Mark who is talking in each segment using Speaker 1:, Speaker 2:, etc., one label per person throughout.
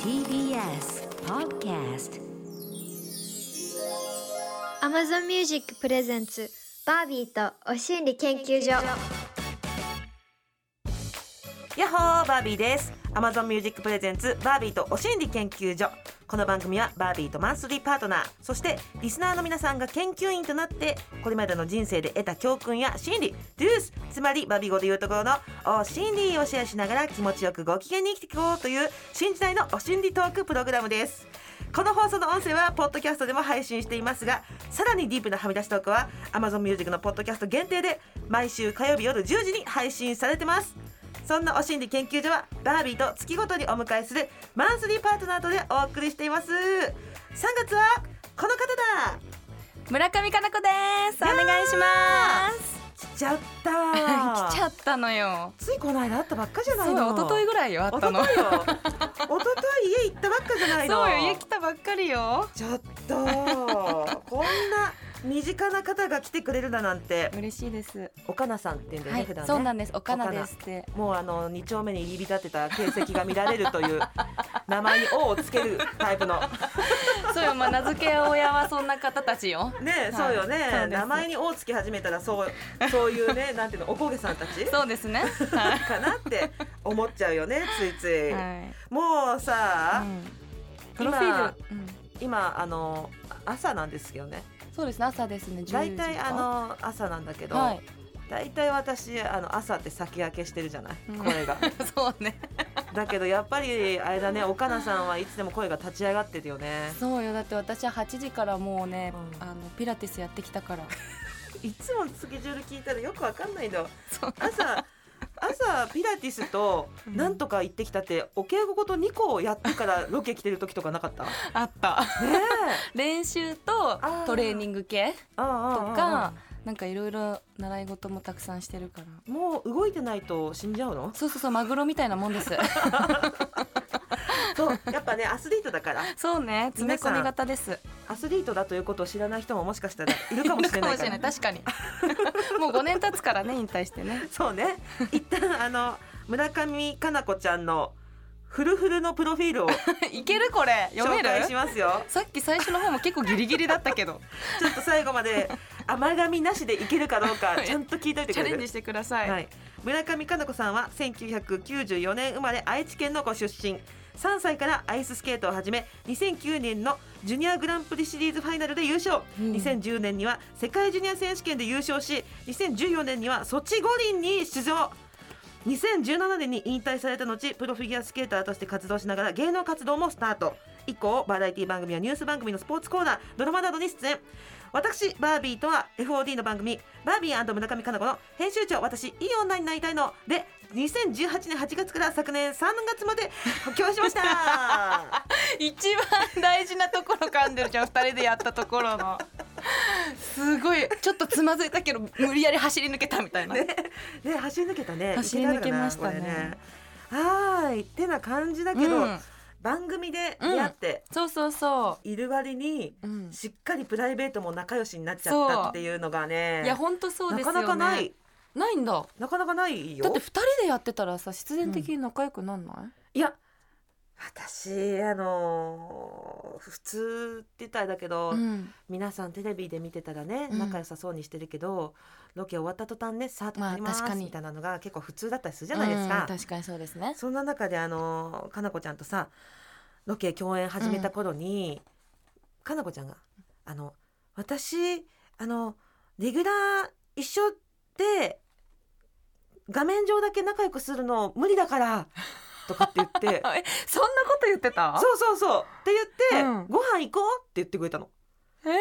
Speaker 1: TBS Podcast
Speaker 2: Amazon Music プレゼンツバービーとお心理研究所
Speaker 3: ヤッホーバービーです Amazon Music Presents バービーとお心理研究所この番組はバービーとマンスリーパートナーそしてリスナーの皆さんが研究員となってこれまでの人生で得た教訓や心理デュースつまりバービー語でいうところのお心理をシェアしながら気持ちよくご機嫌に生きていこうという新時代のお心理トークプログラムですこの放送の音声はポッドキャストでも配信していますがさらにディープなはみ出しトークは Amazon Music のポッドキャスト限定で毎週火曜日夜10時に配信されてますそんなお心理研究所はバービーと月ごとにお迎えするマンスリーパートナーとでお送りしています3月はこの方だ
Speaker 4: 村上佳菜子ですお願いします
Speaker 3: 来ちゃったわ
Speaker 4: 来ちゃったのよ
Speaker 3: ついこの間会ったばっかじゃない
Speaker 4: そう
Speaker 3: の
Speaker 4: 一昨日ぐらいよあったの
Speaker 3: 一
Speaker 4: そ
Speaker 3: 昨日よ一昨日家行ったばっかじゃな
Speaker 4: う
Speaker 3: いの
Speaker 4: よ家来たばっかりよ
Speaker 3: ちょっ とこんな身近な方が来てくれるだなんて
Speaker 4: 嬉しいです
Speaker 3: 岡菜さんって言うんだよ
Speaker 4: は
Speaker 3: ね、
Speaker 4: い
Speaker 3: 普段ね
Speaker 4: そうなんですおかなですって
Speaker 3: もうあの二丁目に入り浸ってた形跡が見られる という名前に「王をつけるタイプの
Speaker 4: そうよまあ名付け親はそんな方たち よ
Speaker 3: ね、
Speaker 4: い
Speaker 3: そうよね
Speaker 4: そうです
Speaker 3: 名前に「王つき始めたらそうそうい うねなんていうのおこげさんたち
Speaker 4: そうですねは
Speaker 3: かなって思っちゃうよねついつ
Speaker 4: い
Speaker 3: い、
Speaker 4: はい
Speaker 3: もうさ、
Speaker 4: うんプロフィー
Speaker 3: 今
Speaker 4: ルうん
Speaker 3: 今あの朝なんですけどね
Speaker 4: そうですね朝ですね10時
Speaker 3: 大体
Speaker 4: か
Speaker 3: あの朝なんだけど、
Speaker 4: はい
Speaker 3: 大体私あの朝って先駆けしてるじゃない
Speaker 4: うん
Speaker 3: 声 が
Speaker 4: そうね
Speaker 3: だけどやっぱりあれだね岡菜さんはいつでも声が立ち上がってるよね
Speaker 4: そうよだって私は8時からもうね
Speaker 3: うん
Speaker 4: あのピラティスやってきたから
Speaker 3: いつもスケジュール聞いたらよくわかんないの
Speaker 4: そう
Speaker 3: 朝朝ピラティスと
Speaker 4: うん
Speaker 3: なんとか行ってきたってお稽古事2個やってからロケ来てる時とかなかった ね
Speaker 4: あった
Speaker 3: え
Speaker 4: 練習と
Speaker 3: あー
Speaker 4: トレーニング系
Speaker 3: と
Speaker 4: とかなんかいろいろ習い事もたくさんしてるから
Speaker 3: もう動いてないと死んじゃうの
Speaker 4: そうそうそうマグロみたいなもんです
Speaker 3: そうやっぱねアスリートだから
Speaker 4: そうね詰め込み型です
Speaker 3: アスリートだということを知らない人ももしかしたらいるかもしれないから
Speaker 4: 確かに もう5年経つからね引退してね
Speaker 3: そうね一旦あの村上佳菜子ちゃんのフルフルのプロフィールを
Speaker 4: いけるこれ読
Speaker 3: 紹
Speaker 4: める
Speaker 3: 介しますよ
Speaker 4: さっき最初の方も結構ギリギリだったけど
Speaker 3: ちょっと最後まで甘噛みなしでいけるかどうかちゃんと聞いといて
Speaker 4: チ
Speaker 3: く
Speaker 4: ャレ
Speaker 3: れる
Speaker 4: ンジしてください、
Speaker 3: はい、村上佳菜子さんは1994年生まれ愛知県のご出身3歳からアイススケートを始め2009年のジュニアグランプリシリーズファイナルで優勝、
Speaker 4: うん
Speaker 3: 2010年には世界ジュニア選手権で優勝し2014年にはソチ五輪に出場2017年に引退された後プロフィギュアスケーターとして活動しながら芸能活動もスタート以降バラエティ番組やニュース番組のスポーツコーナードラマなどに出演私バービーとは FOD の番組「バービー村上佳菜子」の編集長私いい女になりたいので2018年8月から昨年3月まで補強しました
Speaker 4: 一番大事なところ噛んでるじゃん2人でやったところのすごいちょっとつまずいたけど無理やり走り抜けたみたいな、
Speaker 3: ね走り抜けたね
Speaker 4: 走り抜けましたね
Speaker 3: いけたかなこれねはーいってな感じだけど、
Speaker 4: うん
Speaker 3: 番組で出会って
Speaker 4: そうそうそ
Speaker 3: いる割に、
Speaker 4: う、うん、
Speaker 3: しっかりプライベートも仲良しになっちゃったっていうのがね
Speaker 4: いや本当そうで
Speaker 3: な
Speaker 4: すよ
Speaker 3: か
Speaker 4: ね
Speaker 3: なかない
Speaker 4: ないんだ
Speaker 3: なかなかないよ
Speaker 4: だって二人でやってたらさ必然的に仲良くなんない、
Speaker 3: いや私あのー普通って言ったらあれだけど、
Speaker 4: うん
Speaker 3: 皆さんテレビで見てたらね
Speaker 4: うん
Speaker 3: 仲良さそうにしてるけど、ロケ終わった途端ねさあ
Speaker 4: まあ
Speaker 3: 撮ります、
Speaker 4: 確かに
Speaker 3: みたいなのが結構普通だったりするじゃないです
Speaker 4: うん
Speaker 3: か。
Speaker 4: 確かにそうですね
Speaker 3: そんな中であのかなこちゃんとさロケ共演始めた頃に、かなこちゃんが「あの私あのレギュラー一緒で画面上だけ仲良くするの無理だから」とかって言って
Speaker 4: あえそんなこと言ってた
Speaker 3: そうそうそうって言って、
Speaker 4: うん
Speaker 3: ご飯行こうって言ってくれたの。
Speaker 4: えー、な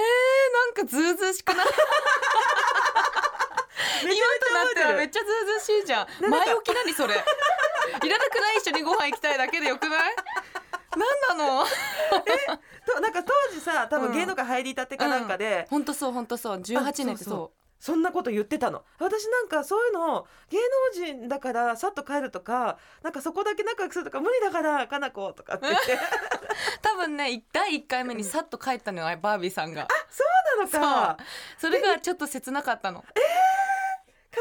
Speaker 4: んかズうずうしくなっ
Speaker 3: めちゃめ
Speaker 4: て
Speaker 3: ちゃ
Speaker 4: た
Speaker 3: 覚
Speaker 4: らめ
Speaker 3: え
Speaker 4: ってちゃズうずうしいじゃん
Speaker 3: なんか
Speaker 4: 前置き何それ いらなくない一緒にご飯行きたいだけでよくないなんなの
Speaker 3: るとなんか当時さ多分芸能界入りたてかなんかで、
Speaker 4: 本当そう本当そう18年って
Speaker 3: あそうそう
Speaker 4: そ
Speaker 3: そんなこと言ってたの私なんかそういうの芸能人だからさっと帰るとかなんかそこだけ仲良くするとか無理だからかな子とかって言って
Speaker 4: う多分ねい第1回目にさっと帰ったのよあれバービーさんが
Speaker 3: なのか
Speaker 4: それがちょっと切なかったの
Speaker 3: 可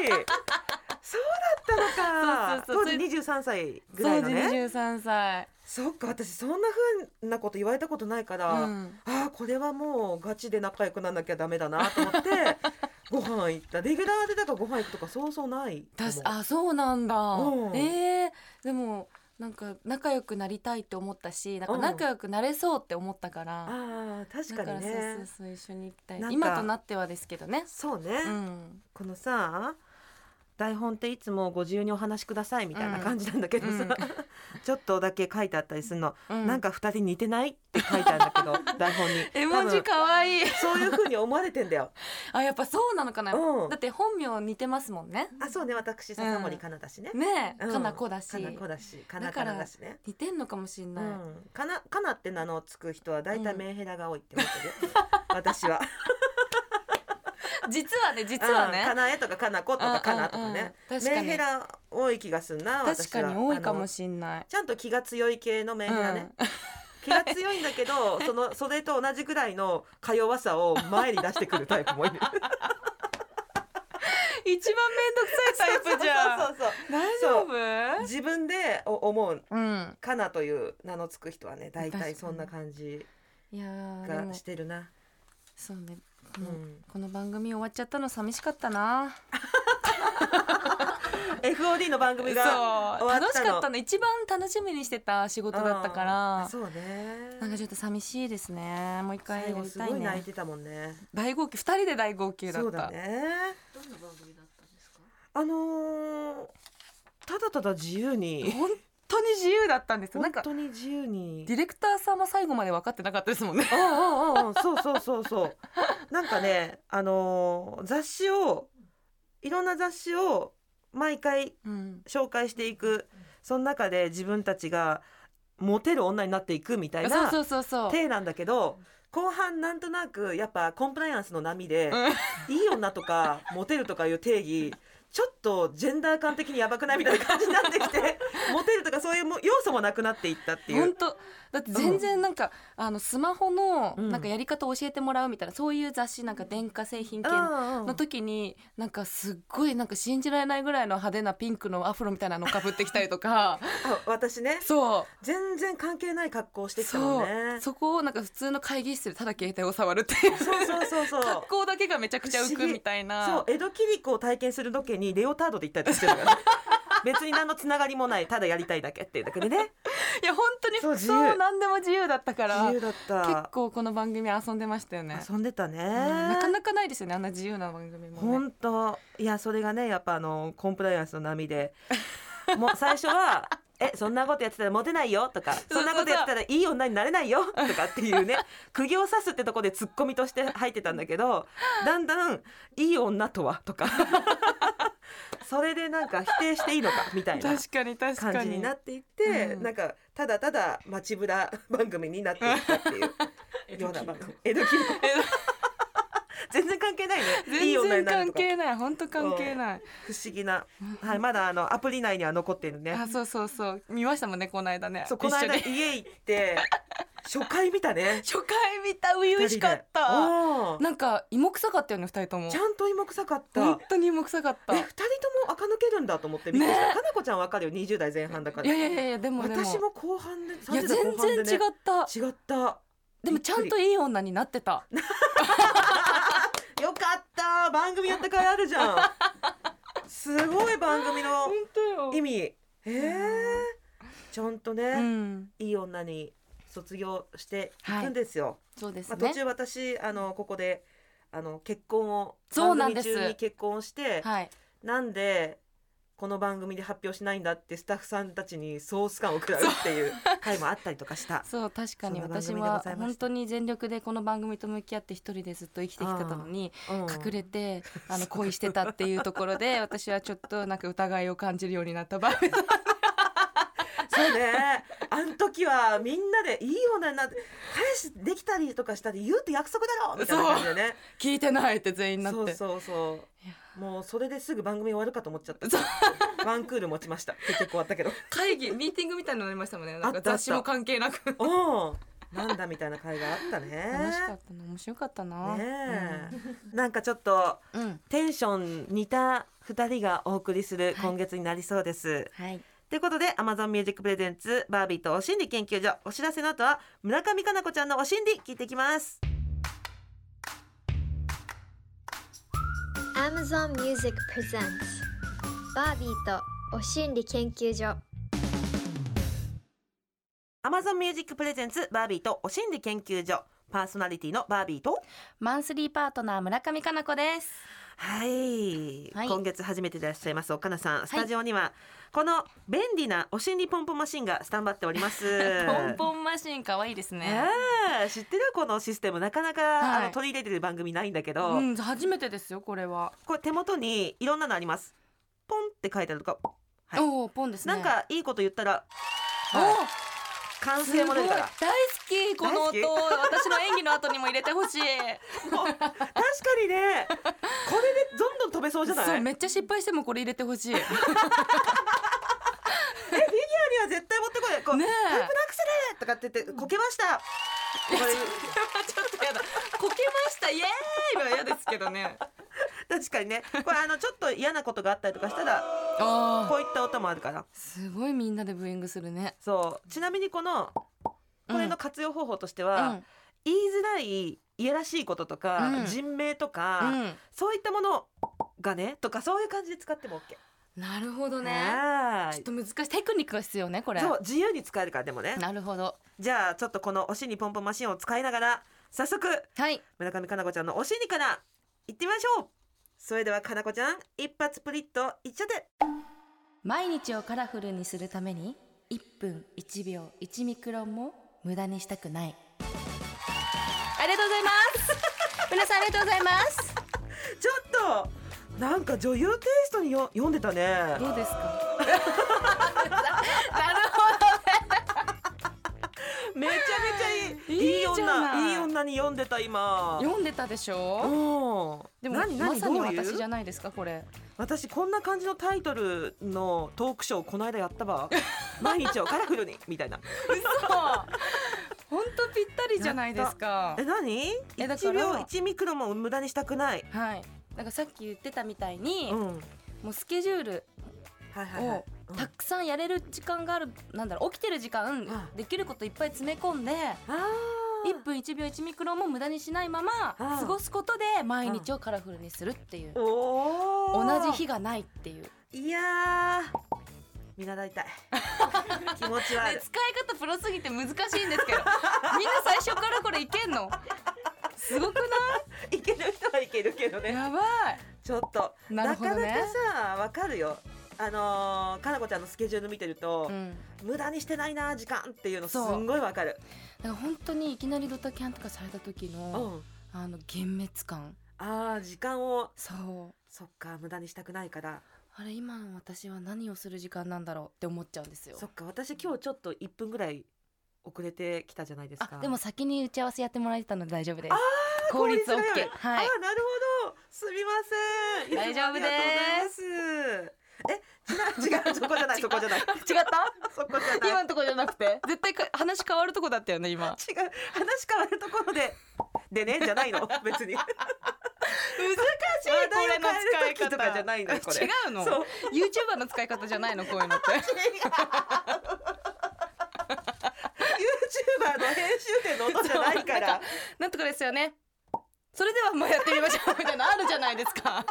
Speaker 3: 愛いそうだったのか
Speaker 4: そうそうそう
Speaker 3: 当時23歳ぐら
Speaker 4: 当
Speaker 3: いの
Speaker 4: 時
Speaker 3: ね
Speaker 4: 23歳、
Speaker 3: そっか私そんなふうなこと言われたことないから、
Speaker 4: うん、
Speaker 3: ああこれはもうガチで仲良くなんなきゃダメだな と思ってご飯行ったレギュラーでだからご飯行くとかそうそうないかも
Speaker 4: 確かあそうなんだ、
Speaker 3: うん
Speaker 4: えー、でもなんか仲良くなりたいって思ったしなんか
Speaker 3: うん
Speaker 4: 仲良くなれそうって思ったから、
Speaker 3: あー確
Speaker 4: だ
Speaker 3: か
Speaker 4: から
Speaker 3: に
Speaker 4: そう
Speaker 3: ね
Speaker 4: そうそう一緒に行きたい
Speaker 3: なんか
Speaker 4: 今となってはですけどね
Speaker 3: そうね、
Speaker 4: うん
Speaker 3: このさ台本っていつもご自由にお話しくださいみたいな感じなんだけどさ、
Speaker 4: うんうん
Speaker 3: ちょっとだけ書いてあったりするの、
Speaker 4: うん
Speaker 3: なんか二人似てないって書いてあるんだけ ど台本に
Speaker 4: 絵文字
Speaker 3: 多分
Speaker 4: 可愛い
Speaker 3: そういう風に思われてん だよ
Speaker 4: あやっぱそうなのかな、
Speaker 3: うん
Speaker 4: だって本名似てますもんね
Speaker 3: あそうね私笹森かなだしね、
Speaker 4: ねえ、
Speaker 3: うん
Speaker 4: かなこだし
Speaker 3: かなこだしかなかなだしね
Speaker 4: 似てんのかもしん
Speaker 3: う
Speaker 4: ない、
Speaker 3: ん、かなかなって名のつく人は大体メンヘラが多いって思ってるよ、 私は
Speaker 4: 実はね実は
Speaker 3: うんか
Speaker 4: ね、
Speaker 3: なえとかかなことかかなと
Speaker 4: うん
Speaker 3: か
Speaker 4: うんうん
Speaker 3: ね、
Speaker 4: 確か
Speaker 3: メン
Speaker 4: に
Speaker 3: ヘラ多い気がするな
Speaker 4: 確
Speaker 3: 私は
Speaker 4: かに多いか
Speaker 3: あの
Speaker 4: もしんない
Speaker 3: ちゃんと気が強い系のメンヘラね、
Speaker 4: うん
Speaker 3: 気が強いんだけどそのそれと同じぐらいのか弱さを前に出してくるタイプもいる
Speaker 4: 一番めんどくさいタイプじゃん
Speaker 3: そうそう
Speaker 4: 大
Speaker 3: そう
Speaker 4: 丈
Speaker 3: そう
Speaker 4: 夫
Speaker 3: 自分でお思う
Speaker 4: うん
Speaker 3: かなという名のつく人はね大体そんな感じ
Speaker 4: いやーで
Speaker 3: が
Speaker 4: も
Speaker 3: してるな、
Speaker 4: そうね、
Speaker 3: う、
Speaker 4: もうんこの番組終わっちゃったの寂しかったな
Speaker 3: FOD の番
Speaker 4: そう
Speaker 3: 組が終わったの
Speaker 4: 楽しかったの一番楽しみにしてた仕事だったか
Speaker 3: うん
Speaker 4: ら
Speaker 3: そうね
Speaker 4: なんかちょっと寂しいですねもう一回
Speaker 3: 最
Speaker 4: や
Speaker 3: 後
Speaker 4: り
Speaker 3: す
Speaker 4: た
Speaker 3: ご
Speaker 4: い
Speaker 3: い泣い
Speaker 4: ね
Speaker 3: てたもんね
Speaker 4: 大号泣二人で大号泣だ
Speaker 3: そ
Speaker 4: っ
Speaker 3: うだ
Speaker 4: た
Speaker 3: ね
Speaker 5: どんな番組だったんですか
Speaker 3: あのーただただ自由に
Speaker 4: 本当に自由だったんですよな
Speaker 3: 本
Speaker 4: んか
Speaker 3: 当に自由に
Speaker 4: ディレクターさんも最後まで分かってなかったですもんね
Speaker 3: うんうんうん、そうそうそうそう。なんかね、あのー雑誌をいろんな雑誌を毎回
Speaker 4: うん
Speaker 3: 紹介していく。その中で自分たちがモテる女になっていくみた
Speaker 4: そう
Speaker 3: い
Speaker 4: そ
Speaker 3: な
Speaker 4: うそうそう
Speaker 3: 体なんだけど。後半なんとなくやっぱコンプライアンスの波で、いい女とかモテるとかいう定義ちょっとジェンダー感的にやばくないみたいな感じになって きてモテるとかそういうも要素もなくなっていったっていう
Speaker 4: 本当だって全然なんか、あのスマホの
Speaker 3: うん
Speaker 4: なんかやり方を教えてもらうみたいな、そういう雑誌なんか電化製品系の
Speaker 3: の
Speaker 4: の時になんかすっごいなんか信じられないぐらいの派手なピンクのアフロみたいなのかぶってきたりと か
Speaker 3: 私ね
Speaker 4: そ
Speaker 3: 全然関係ない格好をし
Speaker 4: う
Speaker 3: てきたもん
Speaker 4: そ
Speaker 3: ね
Speaker 4: う。そこをなんか普通の会議室でただ携帯を触るっていう
Speaker 3: そうそうそうそ う。
Speaker 4: 格好だけがめちゃくちゃ浮くみたい
Speaker 3: そう
Speaker 4: な
Speaker 3: 江戸切子を体験するロケにレオタードで行ったりとかしてる から、ね。別に何のつながりもないただやりたいだけっていうだけでね
Speaker 4: いや本当に
Speaker 3: そう
Speaker 4: 服
Speaker 3: 自由
Speaker 4: 装なんでも自由だったから
Speaker 3: 自由
Speaker 4: 結
Speaker 3: だった
Speaker 4: 構この番組遊んでましたよね、
Speaker 3: 遊んでたね、
Speaker 4: うんなかなかないですよねあんな自由な番組も、ね、
Speaker 3: 本当いやそれがねやっぱあのコンプライアンスの波で もう最初は「えそんなことやってたらモテないよ」とか「
Speaker 4: そうそう
Speaker 3: そんなことやってたらいい女になれないよ」とかっていうね 釘を刺すってとこでツッコミとして入ってたんだけどだんだん「いい女とは」とか それでなんか否定していいのかみたいな
Speaker 4: 確かに確かに
Speaker 3: 感じになっていって、
Speaker 4: うん
Speaker 3: なんかただただ街ぶら 番組になっていったって いうような番組江戸切子 全然関係ないねいい
Speaker 4: 全
Speaker 3: 女
Speaker 4: 然
Speaker 3: になる
Speaker 4: 関
Speaker 3: とか
Speaker 4: 係ない本当関係ない、
Speaker 3: 不思議な、はい、まだあのアプリ内には残ってるね
Speaker 4: あそうそうそう見ましたもんねこの間ね
Speaker 3: そうこの間
Speaker 4: 一緒に
Speaker 3: 家行って 初回見た ね
Speaker 4: 初回見た初々しかっ
Speaker 3: 二人
Speaker 4: た
Speaker 3: でうん
Speaker 4: なんか芋臭かったよね二人とも
Speaker 3: ちゃんと芋臭かった
Speaker 4: 本当に芋臭かった
Speaker 3: え二人とも垢抜けるんだと思ってびっくりした、かなこちゃんわかるよ20代前半だから
Speaker 4: いやいやいやいやでもでも
Speaker 3: 私も後半で
Speaker 4: いや
Speaker 3: 30代後半で、
Speaker 4: 全
Speaker 3: ね、
Speaker 4: 然違った
Speaker 3: 違った
Speaker 4: でもちゃんといい女になってた
Speaker 3: よかった番組やった甲斐あるじ ゃんすごい番組の
Speaker 4: 当よ
Speaker 3: 意味えー、ちゃんとね、
Speaker 4: うん
Speaker 3: いい女に卒業していくんですよ、
Speaker 4: そうです
Speaker 3: まあ、
Speaker 4: ね
Speaker 3: 途中私あのここであの結婚を
Speaker 4: そう
Speaker 3: 番
Speaker 4: なん
Speaker 3: 組
Speaker 4: です
Speaker 3: 中に結婚をしてな
Speaker 4: はい
Speaker 3: んでこの番組で発表しないんだってスタッフさんたちにソース感を食らうっていう回もあったりとかした
Speaker 4: そう確かに
Speaker 3: そんな番
Speaker 4: 私
Speaker 3: 組でございま
Speaker 4: は
Speaker 3: した
Speaker 4: 本当に全力でこの番組と向き合って一人でずっと生きてきてたのに隠
Speaker 3: れ
Speaker 4: れてあの恋してたっていうところ で私はちょっとなんか疑いを感じるようになった場合
Speaker 3: そうねあの時はみんなでいい女になって彼氏できたりとかしたで言うって約束だろみたいな感じでね
Speaker 4: 聞いてないって全員なって
Speaker 3: そうそうそうもうそれですぐ番組終わるかと思っちゃったワンクール持ちました結局終わったけど
Speaker 4: 会議ミーティングみたいになりましたもんねな
Speaker 3: あっ
Speaker 4: ん
Speaker 3: たあ
Speaker 4: か
Speaker 3: った
Speaker 4: 雑誌も関係なく
Speaker 3: うんなんだみたいな回があったね
Speaker 4: 楽しかったな面白かったな
Speaker 3: ねえ、なんかちょっと
Speaker 4: うん、うん
Speaker 3: テンション似た二人がお送りする今月になりそうです。
Speaker 1: はい。
Speaker 3: ということで Amazon Music Presents バービーとお心理研究所お知らせの後は村上佳菜子ちゃんのお心理聞いてきます
Speaker 2: Amazon Music Presents バービーとお心理研究所
Speaker 3: Amazon Music Presents バービーとお心理研究所パーソナリティのバービーと
Speaker 4: マンスリーパートナー村上かな子です
Speaker 3: はい、
Speaker 4: はい
Speaker 3: 今月初めてでいらっしゃいます岡菜さんスタジオにはこの便利なお心理ポンポンマシンがスタンバっております
Speaker 4: ポンポンマシン可愛いですね
Speaker 3: ねえ知ってるこのシステムなかなか、
Speaker 4: はい
Speaker 3: あの取り入れてる番組ないんだけど、
Speaker 4: うん初めてですよこれは、
Speaker 3: これ手元にいろんなのありますポンって書いてあるとか、はい
Speaker 4: おおポンですね
Speaker 3: なんかいいこと言ったら
Speaker 4: お
Speaker 3: はい
Speaker 4: ー
Speaker 3: 完
Speaker 4: すご
Speaker 3: 成
Speaker 4: い
Speaker 3: も出
Speaker 4: 大
Speaker 3: る
Speaker 4: 好
Speaker 3: から
Speaker 4: きこの音
Speaker 3: 大
Speaker 4: 私の演技の後にも入れてほしい
Speaker 3: 確かにねこれでどんどん飛べ そうじゃない
Speaker 4: そ
Speaker 3: え
Speaker 4: う
Speaker 3: フィギ
Speaker 4: めっちゃ失敗してもこれ入れてほしいね
Speaker 3: ュアには絶対持ってこいこう、タイプアクセルとかって言ってこけましたこれ
Speaker 4: ちょっとやだこけましたイエーイは嫌ですけどね
Speaker 3: 確かにねこれあのちょっと嫌なことがあったりとかしたら
Speaker 4: あ
Speaker 3: こういった音もあるから
Speaker 4: すごいみんなでブーイングするね
Speaker 3: そうちなみにこのこれの活用方法としては、
Speaker 4: うん
Speaker 3: 言いづらいいやらしいこととか、
Speaker 4: うん
Speaker 3: 人名とか、
Speaker 4: うん
Speaker 3: そういったものがねとかそういう感じで使っても OK。
Speaker 4: なるほどね
Speaker 3: は
Speaker 4: ちょっ
Speaker 3: ーい
Speaker 4: と難しいテクニックが必要ねこれ
Speaker 3: そう自由に使えるからでもね。
Speaker 4: なるほど
Speaker 3: じゃあちょっとこのおしにポンポンマシンを使いながら早速
Speaker 4: はい
Speaker 3: 村上かな子ちゃんのおしにから行ってみましょうそれではかなこちゃん一発プリッといっちゃって
Speaker 4: 毎日をカラフルにするために1分1秒1ミクロンも無駄にしたくないありがとうござい ます皆さんありがとうございます
Speaker 3: ちょっとなんか女優テイストによ読んでたね
Speaker 4: どうですか
Speaker 3: めちゃめちゃいいい
Speaker 4: い
Speaker 3: い
Speaker 4: いじゃない
Speaker 3: 女いい女に読んでた今
Speaker 4: 読んでたでしょ
Speaker 3: う
Speaker 4: で
Speaker 3: ん
Speaker 4: も
Speaker 3: 何何
Speaker 4: まさに
Speaker 3: どういう
Speaker 4: 私じゃないですかこれ
Speaker 3: 私こんな感じのタイトルのトークショーこの間やっ たわ毎日をカラフルにみたいな
Speaker 4: 嘘 本当ぴったりじゃないですか
Speaker 3: え何
Speaker 4: えだか
Speaker 3: 1
Speaker 4: ら
Speaker 3: 秒1ミクロも無駄にしたくない
Speaker 4: はいなんかさっき言ってたみたいに、
Speaker 3: うんはい
Speaker 4: もうスケジュール
Speaker 3: はいはい
Speaker 4: を
Speaker 3: うん
Speaker 4: たくさんやれる時間があるなんだろう起きてる時間、
Speaker 3: ん
Speaker 4: できることいっぱい詰め込んで、
Speaker 3: あー
Speaker 4: 1分1秒1ミクロンも無駄にしないまま
Speaker 3: うん
Speaker 4: 過ごすことで毎日をカラフルにするっていう
Speaker 3: お
Speaker 4: 同
Speaker 3: ー
Speaker 4: じ日がないっていう、ね、
Speaker 3: いやー見習いたい 気持ちはあ
Speaker 4: 使い
Speaker 3: る
Speaker 4: 方プロすぎて難しいんです けどみんな最初からこれいけんのすごくない
Speaker 3: ける人はいけるけど
Speaker 4: い
Speaker 3: ね
Speaker 4: やば
Speaker 3: ちょっと
Speaker 4: いなるほどね
Speaker 3: なかなかさわかるよあのー、かなこちゃんのスケジュール見てると、
Speaker 4: うん、
Speaker 3: 無駄にしてないな時間っていうのす
Speaker 4: そうん
Speaker 3: ごいわかる
Speaker 4: なんか本当にいきなりドタキャンとかされた時
Speaker 3: う
Speaker 4: の、
Speaker 3: ん
Speaker 4: あの幻滅感
Speaker 3: あー時間を
Speaker 4: そう
Speaker 3: そっか無駄にしたくないから
Speaker 4: あれ今の私は何をする時間なんだろうって思っちゃうんですよ
Speaker 3: そっか私今日ちょっと1分ぐらい遅れてきたじゃないですか
Speaker 4: あでも先に打ち合わせやってもらえてたので大丈夫です
Speaker 3: 効
Speaker 4: 効
Speaker 3: 率
Speaker 4: 率
Speaker 3: が良い
Speaker 4: OK
Speaker 3: あ
Speaker 4: はい
Speaker 3: ーなるほどすみません
Speaker 4: 大丈夫です
Speaker 3: すえ違う違うそこじゃないそこ じ ゃない
Speaker 4: 違った
Speaker 3: そこじゃない
Speaker 4: のとこじゃなくて絶対か話変わるとこだったよね今
Speaker 3: 違う話変わるところででねじゃないの別に
Speaker 4: 難しい
Speaker 3: 話
Speaker 4: これ
Speaker 3: 題を
Speaker 4: の
Speaker 3: 変え
Speaker 4: 使
Speaker 3: る
Speaker 4: い
Speaker 3: 時
Speaker 4: 方
Speaker 3: とかじゃないのよこれ
Speaker 4: 違うの
Speaker 3: そう
Speaker 4: YouTuber の使い方じゃないのこういうのって
Speaker 3: YouTuber の編集点の音じ
Speaker 4: そう
Speaker 3: ゃないか
Speaker 4: な
Speaker 3: ら
Speaker 4: んかなんとかですよねそれではもうやってみましょうみたいなのあるじゃないですか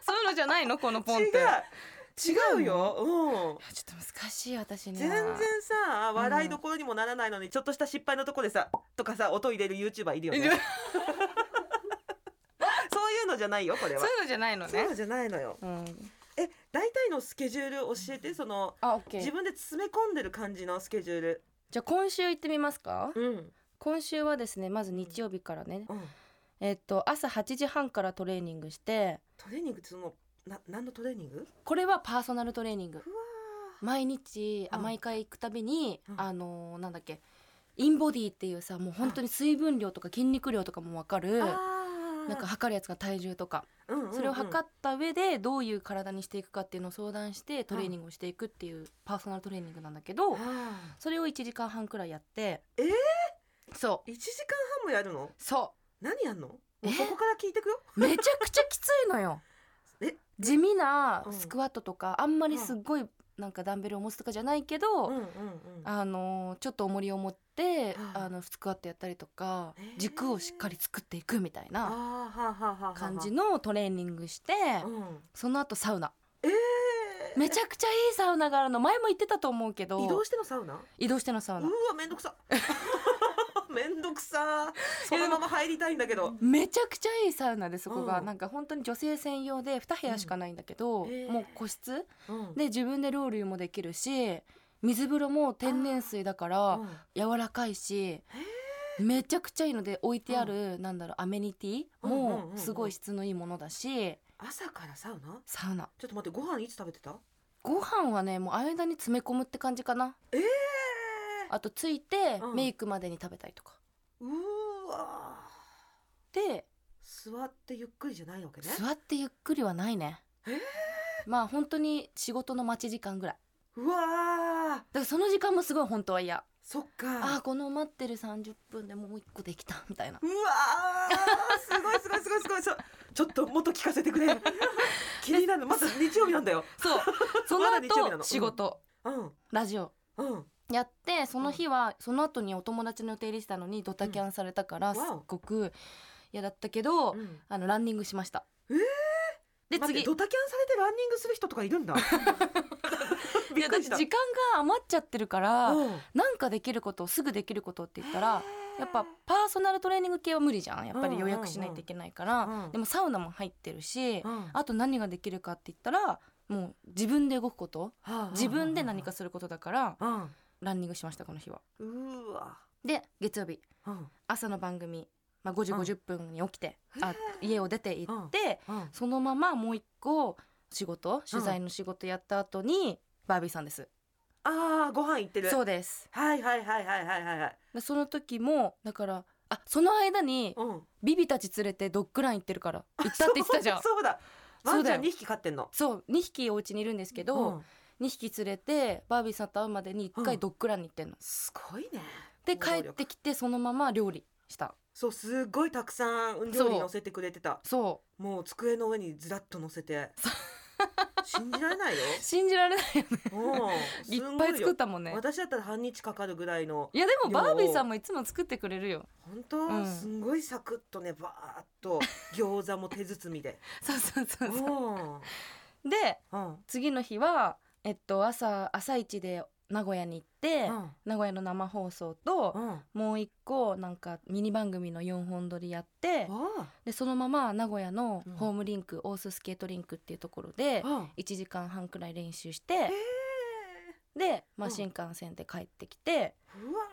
Speaker 4: そういうのじゃないのこのポンって
Speaker 3: 違う違うようん
Speaker 4: ちょっと難しい私に
Speaker 3: 全
Speaker 4: は
Speaker 3: 然さ笑いどころにもならないのに、ちょっとした失敗のとこでさとかさ音入れる YouTuber いるよね
Speaker 4: い
Speaker 3: そうい
Speaker 4: る
Speaker 3: うのじゃないよこれは
Speaker 4: そういうのじゃないの
Speaker 3: そうい
Speaker 4: ね
Speaker 3: うのじゃないのよ
Speaker 4: うん
Speaker 3: え大体のスケジュール教えてその
Speaker 4: あ OK
Speaker 3: 自分で詰め込んでる感じのスケジュール
Speaker 4: じゃあ今週行ってみますか
Speaker 3: うん、
Speaker 4: 今週はですねまず日曜日からね
Speaker 3: うん、
Speaker 4: えっと朝8時半からトレーニングして
Speaker 3: トレーニングってそのな何のトレーニング
Speaker 4: これはパーソナルトレーニング
Speaker 3: うわ
Speaker 4: 毎日、
Speaker 3: うん
Speaker 4: 毎回行くたびに、
Speaker 3: うん
Speaker 4: あのーなんだっけインボディっていうさもう本当に水分量とか筋肉量とかも分かる
Speaker 3: ーあー
Speaker 4: なんか測るやつが体重とか、
Speaker 3: うんうんうん
Speaker 4: それを測った上でどういう体にしていくかっていうのを相談してトレーニングをしていくっていうパーソナルトレーニングなんだけど、
Speaker 3: あ
Speaker 4: それを1時間半くらいやって
Speaker 3: え
Speaker 4: そ
Speaker 3: ー1時間半もやるの
Speaker 4: うそ
Speaker 3: 何やんのも
Speaker 4: え
Speaker 3: うそこから聞いてくよ
Speaker 4: うめちゃくちゃきついのよ
Speaker 3: え
Speaker 4: 地味な
Speaker 3: うん
Speaker 4: スクワットとか、あんまりすっごいなんかダンベルを持つとかじゃないけど、
Speaker 3: うんうんうん
Speaker 4: あのちょっと重りを持って、
Speaker 3: うん
Speaker 4: あのスクワットやったりとか、
Speaker 3: へー
Speaker 4: 軸をしっかり作っていくみたいな
Speaker 3: あーはあはあはあはあ
Speaker 4: 感じのトレーニングして、
Speaker 3: うん
Speaker 4: その後サウナ
Speaker 3: え
Speaker 4: めちゃくちゃいいサウナがあるの前も言ってたと思うけど
Speaker 3: ー移動してのサウナ
Speaker 4: 移動してのサ
Speaker 3: う
Speaker 4: ウ
Speaker 3: ー
Speaker 4: ナ、
Speaker 3: わめん どくさめんどくさそのまま入りたいんだけど
Speaker 4: めちゃくちゃいいサウナでそこが、
Speaker 3: うん
Speaker 4: なんか本当に女性専用で2部屋しかないんだけど、
Speaker 3: うんへー
Speaker 4: もう個室
Speaker 3: うん
Speaker 4: で自分でロウリュもできるし水風呂も天然水だから
Speaker 3: うん
Speaker 4: 柔らかいしめちゃくちゃいいので置いてある、なんだろうアメニティ
Speaker 3: うんうんうん
Speaker 4: も
Speaker 3: うん
Speaker 4: すごい質のいいものだし、
Speaker 3: 朝からサウナ
Speaker 4: サウナ
Speaker 3: ちょっと待ってご飯いつ食べてた
Speaker 4: ご飯はねもう間に詰め込むって感じかな
Speaker 3: ええ
Speaker 4: あとついて、
Speaker 3: うん
Speaker 4: メイクまでに食べたりとか
Speaker 3: ー、うーわ
Speaker 4: で
Speaker 3: ー座ってゆっくりじゃないわけね
Speaker 4: 座ってゆっくりはないね、
Speaker 3: えー
Speaker 4: まあ本当に仕事の待ち時間ぐらいう
Speaker 3: わー
Speaker 4: だからその時間もすごい本当は嫌、
Speaker 3: そっ
Speaker 4: あ
Speaker 3: か
Speaker 4: あこの待ってる30分でもう一個できたみたい な
Speaker 3: うわーすごいすごいすごいすごいそうちょっともっと聞かせ てくれ気になるまだ日曜日なんだよ
Speaker 4: そうその
Speaker 3: まだ日曜日なの
Speaker 4: 後仕事、
Speaker 3: うん
Speaker 4: ラジオ
Speaker 3: うん
Speaker 4: やってその日は、その後にお友達の予定入れてたのにドタキャンされたから、
Speaker 3: うん
Speaker 4: すっ
Speaker 3: わお
Speaker 4: ごく嫌だったけど、
Speaker 3: うん
Speaker 4: あのランニングしました。
Speaker 3: え
Speaker 4: で
Speaker 3: 待って
Speaker 4: 次
Speaker 3: ドタキャンされてランニングする人とかいる んだ
Speaker 4: い
Speaker 3: びっ
Speaker 4: や
Speaker 3: く
Speaker 4: だっ
Speaker 3: り
Speaker 4: て
Speaker 3: し
Speaker 4: 時
Speaker 3: た
Speaker 4: 間が余っちゃってるから、
Speaker 3: うん
Speaker 4: なんかできることをすぐできることって言ったら、やっぱパーソナルトレーニング系は無理じゃんやっぱり予約しないといけないから、
Speaker 3: うんうんうん
Speaker 4: でもサウナも入ってるし、
Speaker 3: うん
Speaker 4: あと何ができるかって言ったらもう自分で動くこと
Speaker 3: はあ
Speaker 4: 自分で何かすることだから、
Speaker 3: うんう
Speaker 4: ランニングしましたこの日は。
Speaker 3: ーわ
Speaker 4: で月曜日
Speaker 3: うん
Speaker 4: 朝の番組、まあ、5時
Speaker 3: うん
Speaker 4: 50分に起きて、あ家を出て行って、
Speaker 3: うん
Speaker 4: そのままもう一個仕事取材の仕事やった後にバービーさんです、
Speaker 3: あーご飯行ってる
Speaker 4: そうです
Speaker 3: はいはいはいはいはいはいはい
Speaker 4: でその時もだからあその間に
Speaker 3: うん
Speaker 4: ビビたち連れてドッグラン行ってるから行ったって言ってたじゃん
Speaker 3: そうだワ
Speaker 4: そう
Speaker 3: ンち
Speaker 4: だ
Speaker 3: ゃ
Speaker 4: よ
Speaker 3: ん2匹飼ってんの
Speaker 4: そう2匹お家にいるんですけ
Speaker 3: う
Speaker 4: ど、
Speaker 3: ん
Speaker 4: 二2匹連れてバービーさんと会うまでに1
Speaker 3: う
Speaker 4: 回
Speaker 3: ん
Speaker 4: ドッグランに行ってんの、
Speaker 3: すごいね
Speaker 4: で
Speaker 3: 行動力
Speaker 4: 帰ってきてそのまま料理した
Speaker 3: そうすっごいたくさん料理乗せてくれてた
Speaker 4: そ
Speaker 3: もう机の上にずらっと乗せて信じられな いよ
Speaker 4: う信じられないよね
Speaker 3: うん
Speaker 4: い
Speaker 3: す
Speaker 4: っ
Speaker 3: んご
Speaker 4: ぱい作ったもんね
Speaker 3: 私だったら半日かかるぐらいの
Speaker 4: いやでも
Speaker 3: 量を
Speaker 4: バービーさんもいつも作ってくれるよ
Speaker 3: 本当、
Speaker 4: うん
Speaker 3: すんごいサクッとねバーっと餃子も手包みで
Speaker 4: そうそう そううんそうで
Speaker 3: うん
Speaker 4: 次の日はえっと朝朝一で名古屋に行って、
Speaker 3: うん
Speaker 4: 名古屋の生放送と、
Speaker 3: うんあ
Speaker 4: もう一個なんかミニ番組の4本撮りやって
Speaker 3: あ
Speaker 4: でそのまま名古屋の
Speaker 3: うん
Speaker 4: ホームリンク、オーススケートリンクっていうところで
Speaker 3: あ
Speaker 4: 1時間半くらい練習して
Speaker 3: え
Speaker 4: で、まあ、
Speaker 3: うん
Speaker 4: 新幹線で帰ってきて、
Speaker 3: ーうわ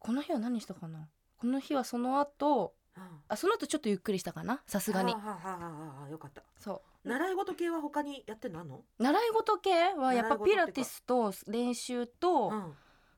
Speaker 4: この日は何したかなこの日はその後
Speaker 3: ーうん
Speaker 4: あその後ちょっとゆっくりしたかなさすがに
Speaker 3: はあはあはあはあよかった
Speaker 4: そう
Speaker 3: 習い事系は他にやってんのあんの
Speaker 4: 習い事系はやっ
Speaker 3: 習
Speaker 4: ぱ
Speaker 3: い事って
Speaker 4: ピ
Speaker 3: いうか
Speaker 4: ラティスと練習と、
Speaker 3: うん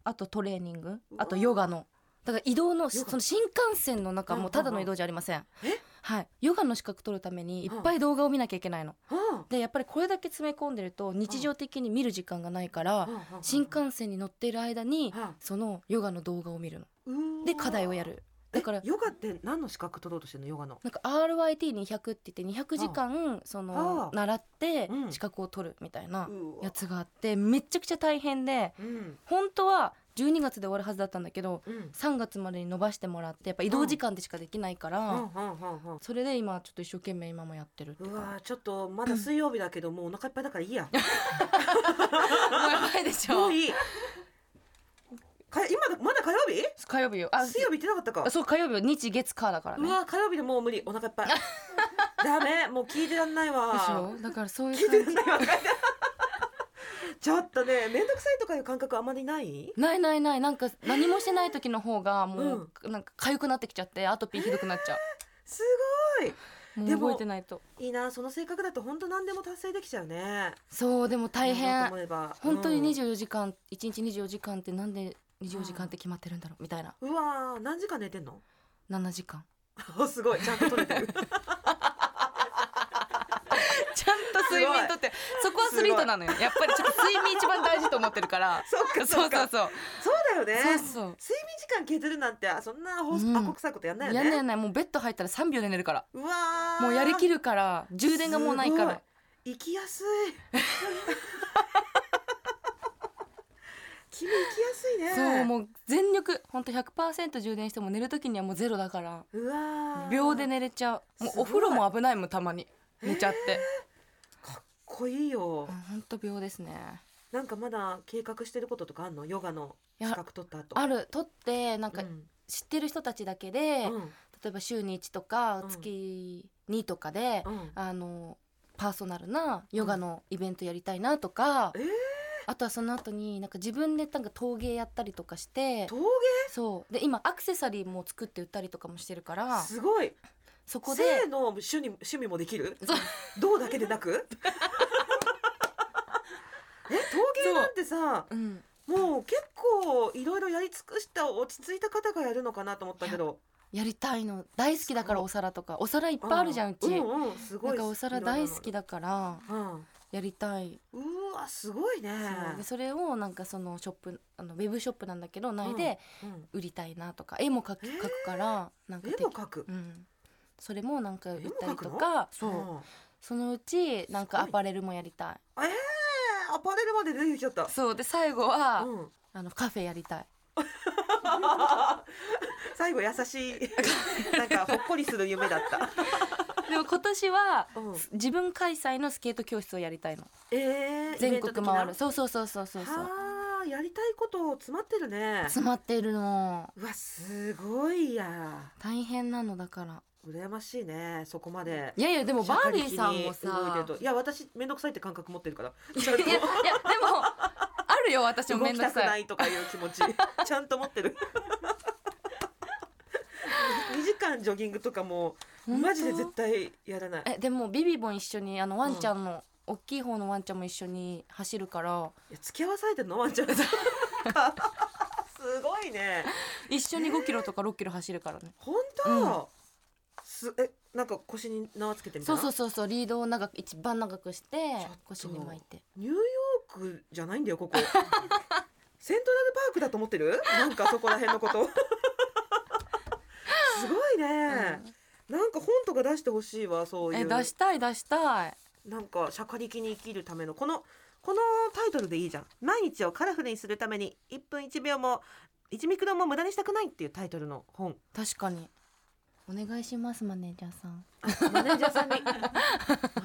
Speaker 4: あとトレーニング
Speaker 3: わ
Speaker 4: あとヨガのだから移動の
Speaker 3: ヨガ
Speaker 4: その新幹線の中
Speaker 3: うんうんう
Speaker 4: も
Speaker 3: ん
Speaker 4: ただの移動じゃありません
Speaker 3: え
Speaker 4: はいヨガの資格取るためにいっぱい動画を見なきゃいけないの
Speaker 3: うん
Speaker 4: でやっぱりこれだけ詰め込んでると日常的に見る時間がないから新幹線に乗っている間に
Speaker 3: は
Speaker 4: そのヨガの動画を見るの
Speaker 3: い
Speaker 4: で課題をやるだから
Speaker 3: えヨガって何の資格取ろうとしてんのヨガの
Speaker 4: なんか RYT200 って言って200時間そ
Speaker 3: あ
Speaker 4: の習って
Speaker 3: うん
Speaker 4: 資格を取るみたいな
Speaker 3: う
Speaker 4: やつがあってめっちゃくちゃ大変で
Speaker 3: うん
Speaker 4: 本当は12月で終わるはずだったんだけど
Speaker 3: うん
Speaker 4: 3月までに伸ばしてもらってやっぱ移動時間でしかできないから、
Speaker 3: うんうんうんうん
Speaker 4: それで今ちょっと一生懸命今もやってるって
Speaker 3: う
Speaker 4: 感じも
Speaker 3: わーちょっとまだ水曜日だけどもうお腹いっぱいだからいいや
Speaker 4: う やばいでし
Speaker 3: も
Speaker 4: ょ
Speaker 3: ういいか今だまだ火曜日
Speaker 4: 火曜日よあ
Speaker 3: 水曜日行ってなかったか
Speaker 4: そう火曜日よ日月火だから
Speaker 3: う
Speaker 4: ね
Speaker 3: わー火曜日でもう無理お腹 いっぱいダメもう聞いてらんない
Speaker 4: でし
Speaker 3: わ
Speaker 4: ょだからそうい
Speaker 3: 聞
Speaker 4: う
Speaker 3: いて
Speaker 4: 感
Speaker 3: らんないわ ちょっとね面倒くさいとかいう感覚あまりない
Speaker 4: じないないないなんか何もしてない時の方がもうなんか痒くなってきちゃってアトピーひどくなっちゃ
Speaker 3: すごいう
Speaker 4: も
Speaker 3: で
Speaker 4: う
Speaker 3: も
Speaker 4: 動いてないと
Speaker 3: いいなその性格だと本当何でも達成できちゃうね
Speaker 4: そうでも大
Speaker 3: やろう
Speaker 4: 変
Speaker 3: と思えば
Speaker 4: 本当に
Speaker 3: うん
Speaker 4: 24時間1日24時間ってなんで24時間って決まってるんだろうみたいな
Speaker 3: うわー何時間寝てんの
Speaker 4: 7時間
Speaker 3: おすごいちゃんと取 れてる
Speaker 4: ちゃんと睡眠とってそこはアスリートなのよやっぱりちょっと睡眠一番大事と思ってるから
Speaker 3: そっか
Speaker 4: そ
Speaker 3: そう
Speaker 4: そ
Speaker 3: っか
Speaker 4: うそう。
Speaker 3: そうだよね
Speaker 4: そうそう。
Speaker 3: 睡眠時間削るなんてあそんなほ、
Speaker 4: うん
Speaker 3: あこくさいことやんないよ
Speaker 4: やんないや
Speaker 3: ね
Speaker 4: んないもうベッド入ったら3秒で寝るから
Speaker 3: うわー
Speaker 4: もうやりきるから充電がもうないか
Speaker 3: すご
Speaker 4: ら
Speaker 3: 行きやすい 君行きやすいね
Speaker 4: そうもう全力ほんと100%充電しても寝る時にはもうゼロだから
Speaker 3: うわー
Speaker 4: 秒で寝れちゃうもうお風呂も危ないもんたまに寝ちゃって、
Speaker 3: 濃いよ
Speaker 4: うんほんと秒ですね
Speaker 3: なんかまだ計画してることとかあんのヨガの
Speaker 4: いや
Speaker 3: 資格取った後
Speaker 4: ある取ってなん
Speaker 3: う
Speaker 4: か
Speaker 3: ん
Speaker 4: 知ってる人たちだけで、
Speaker 3: うん
Speaker 4: 例えば週に1とか
Speaker 3: うん
Speaker 4: 月2とかで、
Speaker 3: うん
Speaker 4: あのパーソナルなヨガのイベントやりたいなとか、
Speaker 3: えー
Speaker 4: あとはその後になんか自分でなんか陶芸やったりとかして
Speaker 3: 陶
Speaker 4: そうで今アクセサリーも作って売ったりとかもしてるから
Speaker 3: 芸すごい
Speaker 4: そこで
Speaker 3: 性の趣味趣味もできる
Speaker 4: そう
Speaker 3: どうだけでな くえ陶芸なんてさ
Speaker 4: うん、
Speaker 3: もう結構いろいろやり尽くした落ち着いた方がやるのかなと思ったけど
Speaker 4: やりたいの大好きだからお皿とかお皿いっぱいあるじゃんうち、
Speaker 3: うんうんすごい
Speaker 4: なんかお皿大好きだから
Speaker 3: うん
Speaker 4: やりたいう
Speaker 3: ーわすごいね
Speaker 4: そうでそれをなんかそのショップあのウェブショップなんだけど内で
Speaker 3: うん
Speaker 4: 売りたいなとか、絵も描き
Speaker 3: えー
Speaker 4: 描くからなんかでき
Speaker 3: 絵も描く
Speaker 4: うん、それもなんか売ったりと
Speaker 3: 絵も描く
Speaker 4: か
Speaker 3: そう
Speaker 4: うんそのうちなんかアパレルもやりた
Speaker 3: えーアパレルまで出てきちゃった
Speaker 4: いそうで最後は、
Speaker 3: うん
Speaker 4: あのカフェやりたい
Speaker 3: 最後優しい なんかほっこりする夢だった
Speaker 4: でも今年は、
Speaker 3: うん
Speaker 4: 自分開催のスケート教室をやりたいの
Speaker 3: えー
Speaker 4: 全国回る
Speaker 3: イベント的
Speaker 4: そうそうそうそうそう
Speaker 3: な
Speaker 4: そう
Speaker 3: はあやりたいこと詰まってるね
Speaker 4: 詰まってるの
Speaker 3: うわすごいや
Speaker 4: 大変なのだから
Speaker 3: 羨ましいねそこまで
Speaker 4: いやいやでもバーリーさんも
Speaker 3: 社会的に動い
Speaker 4: さ
Speaker 3: てるといや私めんどくさいって感覚持ってるから
Speaker 4: いやいやでもあるよ私も
Speaker 3: 動
Speaker 4: めん
Speaker 3: き
Speaker 4: どく
Speaker 3: たく
Speaker 4: さい
Speaker 3: ないとかいう気持ち ちゃんと持ってる 2時間ジョギングとかも
Speaker 4: 本当
Speaker 3: マジで絶対やらない
Speaker 4: えでもビビボン一緒にあのワンちゃんの、大きい方のワンちゃんも一緒に走るから
Speaker 3: いや付き合わされてんのワンちゃん すごいね
Speaker 4: 一緒に5キロとか6キロ走るからね、
Speaker 3: 本当、すえなんか腰に縄つけてみた
Speaker 4: そ
Speaker 3: いうな
Speaker 4: そうそうそうリードを長く一番長くして
Speaker 3: ちょっと
Speaker 4: 腰に巻いて
Speaker 3: ニューヨークじゃないんだよこ こセントラルパークだと思ってるなんかそこら辺のこと すごいね、なんか本とか出してほしいわそうい
Speaker 4: え
Speaker 3: う
Speaker 4: 出したい出したい
Speaker 3: なんか「しゃかりきに生きるための」このこのタイトルでいいじゃん「毎日をカラフルにするために1分1秒も1ミクロンも無駄にしたくない」っていうタイトルの本
Speaker 4: 確かにお願いしますマネージャーさん
Speaker 3: マネージャーさ んにマ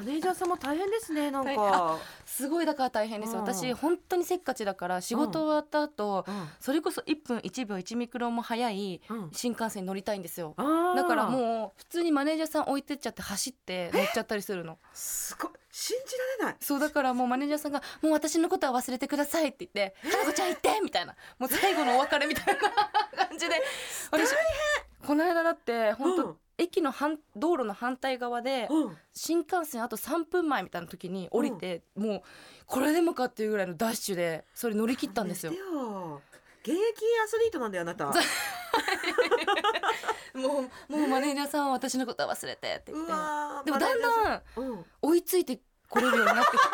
Speaker 3: ネージャーさんも大変ですねなんか、
Speaker 4: すごいだから大変です、
Speaker 3: うん
Speaker 4: 私本当にせっかちだから仕事終わった後、それこそ1分1秒1ミクロンも早い
Speaker 3: うんうん
Speaker 4: 新幹線に乗りたいんですよ
Speaker 3: あー
Speaker 4: だからもう普通にマネージャーさん置いてっちゃって走って乗っちゃったりするの
Speaker 3: すごい信じられない
Speaker 4: そうだからもうマネージャーさんが「もう私のことは忘れてください」って言って「かなこちゃん行って!」みたいなもう最後のお別れみたいな 感じで私この間だって本当、
Speaker 3: うん
Speaker 4: 駅の反道路の反対側で
Speaker 3: うん
Speaker 4: 新幹線あと3分前みたいな時に降りて、もうこれでもかっていうぐらいのダッシュでそれ乗り切ったんですよ
Speaker 3: やめてよ現役アスリートなんだよあなた
Speaker 4: もうもうマネージャーさんは私のことは忘れてって言っ
Speaker 3: う
Speaker 4: て
Speaker 3: わー
Speaker 4: でもだん
Speaker 3: マネージ
Speaker 4: だ
Speaker 3: ャー
Speaker 4: ん
Speaker 3: さんうん
Speaker 4: 追いついてこれるようにな ってきて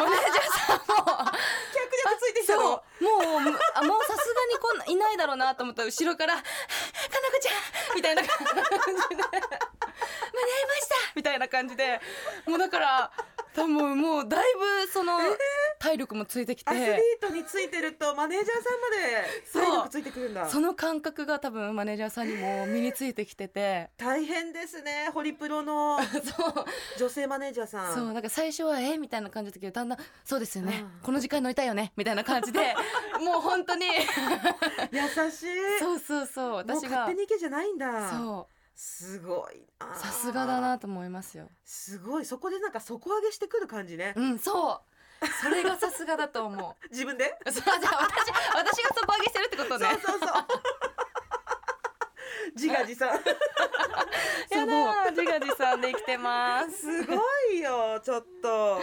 Speaker 4: マネージャーさんも
Speaker 3: 脚力ついてき
Speaker 4: そ
Speaker 3: た
Speaker 4: う
Speaker 3: の
Speaker 4: もうむあもうさすがにこんないないだろうなと思ったら後ろから「かなこちゃん!」みたいな感じで「間に 合いました!」みたいな感じでもうだから多分もうだいぶその体力もついてき
Speaker 3: アスリー
Speaker 4: て。
Speaker 3: トについてるとマネージャーさんまで体力ついてくるんだ
Speaker 4: その感覚が多分マネージャーさんにも身についてきてて
Speaker 3: 大変ですねホリプ ロの
Speaker 4: そう
Speaker 3: 女性マネージャーさん
Speaker 4: そうなんか最初は「えみたいな感じだったけどだんだん「そうですよね、
Speaker 3: うん
Speaker 4: この時間乗りたいよね」みたいな感じ でもう本当に
Speaker 3: 優しい
Speaker 4: そうそうそう
Speaker 3: もう
Speaker 4: 私が
Speaker 3: 勝手に行けじゃないんだ
Speaker 4: そ
Speaker 3: すごいうな
Speaker 4: さすがだなと思いますよ
Speaker 3: すごいそこでなんか底上げしてくる感じね
Speaker 4: うん、そう。それがさすがだと思う。
Speaker 3: 自分で
Speaker 4: そう、じゃあ私、私が底上げしてるってことね。
Speaker 3: そ うそうそう自画自賛
Speaker 4: やだー、自画自賛で生きてます。
Speaker 3: すごいよちょっと。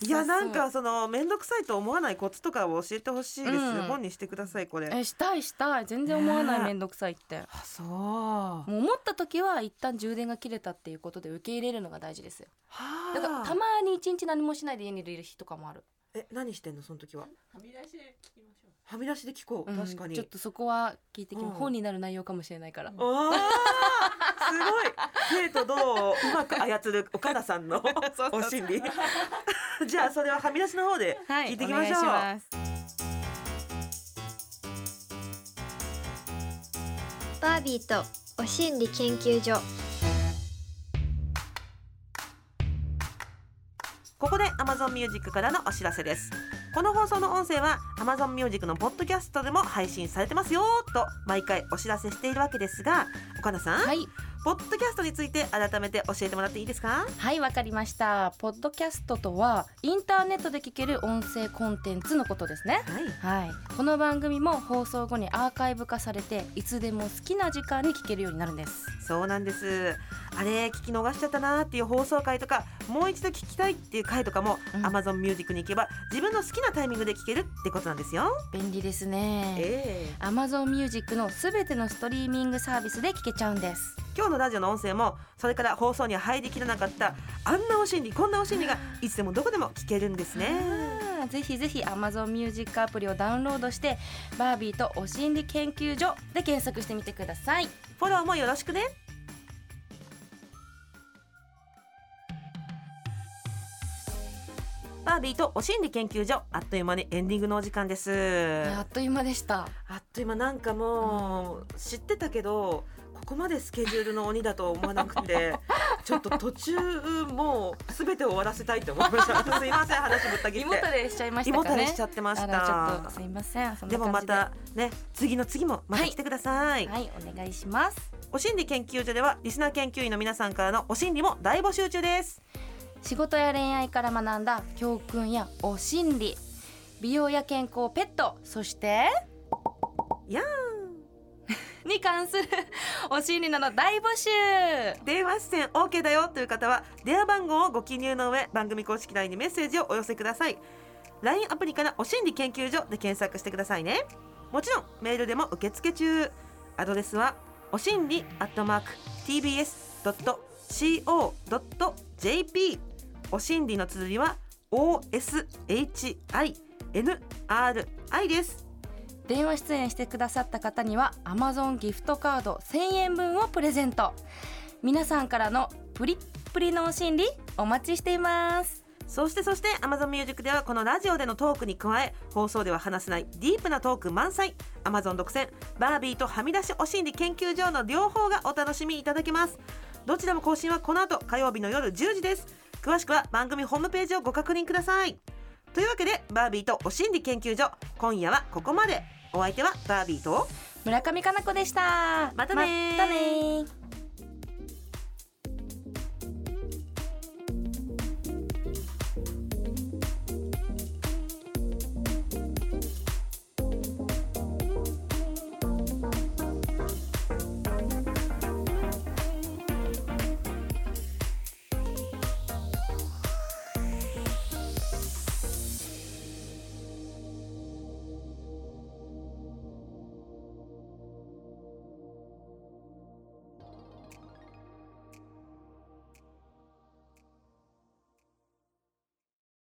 Speaker 3: いや
Speaker 4: そうそう
Speaker 3: なんかその面倒くさいと思わないコツとかを教えてほしいです、
Speaker 4: うん
Speaker 3: 本にしてくださいこれ。
Speaker 4: え、したいしたい、全然思わない、
Speaker 3: ねえ
Speaker 4: めんどくさいって。
Speaker 3: あそう。は
Speaker 4: もう思った時は一旦充電が切れたっていうことで受け入れるのが大事ですよ。
Speaker 3: あ
Speaker 4: だからたまに一日何もしないで家にいる日とかもある。
Speaker 3: え何してんのその時は。
Speaker 5: 歯び出し聞きましょう。
Speaker 3: はみ出しで聞こう、
Speaker 4: うん
Speaker 3: 確かに
Speaker 4: ちょっとそこは聞いてきます、
Speaker 3: うん
Speaker 4: 本になる内容かもしれないから、
Speaker 3: あーすごい生とどううまく操る岡田さ んのお心理 じゃあそれははみ出しの方で聞いていきましょう、
Speaker 4: お願いします
Speaker 2: バービーとお心理研究所
Speaker 3: ここで Amazon Music からのお知らせですこの放送の音声は Amazon Music のポッドキャストでも配信されてますよと毎回お知らせしているわけですが岡田さん、
Speaker 4: はい
Speaker 3: ポッドキャストについて改めて教えてもらっていいですか
Speaker 4: はいわかりましたポッドキャストとはインターネットで聞ける音声コンテンツのことですね
Speaker 3: はい
Speaker 4: はいこの番組も放送後にアーカイブ化されていつでも好きな時間に聞けるようになるんです
Speaker 3: そうなんですあれ聞き逃しちゃったなーっていう放送回とかもう一度聞きたいっていう回とかも、
Speaker 4: うん
Speaker 3: Amazon Music に行けば自分の好きなタイミングで聞けるってことなんですよ、
Speaker 4: 便利ですね
Speaker 3: え
Speaker 4: Amazon Music のすべてのストリーミングサービスで聞けちゃうんです
Speaker 3: え今日のラジオの音声もそれから放送には入りきらなかったあんなお心理こんなお心理がいつでもどこでも聞けるんですね
Speaker 4: あーぜひぜひ Amazon Music アプリをダウンロードしてバービーとお心理研究所で検索してみてください
Speaker 3: フォローもよろしくねバービーとお心理研究所あっという間にエンディングのお時間です
Speaker 4: あっという間でした
Speaker 3: あっという間なんかもう知ってたけどここまでスケジュールの鬼だとは思わなく てちょっと途中もう全てを終わらせたいと思いましたすいません話ぶった切
Speaker 4: 胃
Speaker 3: っ
Speaker 4: もた
Speaker 3: て
Speaker 4: れしちゃいまし
Speaker 3: 胃
Speaker 4: た
Speaker 3: も
Speaker 4: か
Speaker 3: たれ
Speaker 4: ね
Speaker 3: しちゃってまし
Speaker 4: あらちょ
Speaker 3: た
Speaker 4: っとすいませんそんな感じ
Speaker 3: でもまたね次の次もまた
Speaker 4: はい
Speaker 3: 来てください、
Speaker 4: はいお願いします
Speaker 3: お心理研究所ではリスナー研究員の皆さんからのお心理も大募集中です
Speaker 4: 仕事や恋愛から学んだ教訓やお心理美容や健康ペットそして
Speaker 3: や
Speaker 4: に関するお心理など大募集
Speaker 3: 電話出演 OK だよという方は電話番号をご記入の上番組公式 LINE にメッセージをお寄せください LINE アプリから「お心理研究所」で検索してくださいねもちろんメールでも受付中アドレスはお心理アットマーク tbs.co.jp お心理の綴りは oshinri です
Speaker 4: 電話出演してくださった方には Amazon ギフトカード1000円分をプレゼント皆さんからのプリップリのお心理お待ちしています
Speaker 3: そしてそして Amazon Music ではこのラジオでのトークに加え放送では話せないディープなトーク満載 Amazon 独占バービーとはみ出しお心理研究所の両方がお楽しみいただけますどちらも更新はこの後火曜日の夜10時です詳しくは番組ホームページをご確認くださいというわけでバービーとお心理研究所今夜はここまでお相手はバービーと
Speaker 4: 村上佳菜子でした
Speaker 3: またねー
Speaker 4: またねー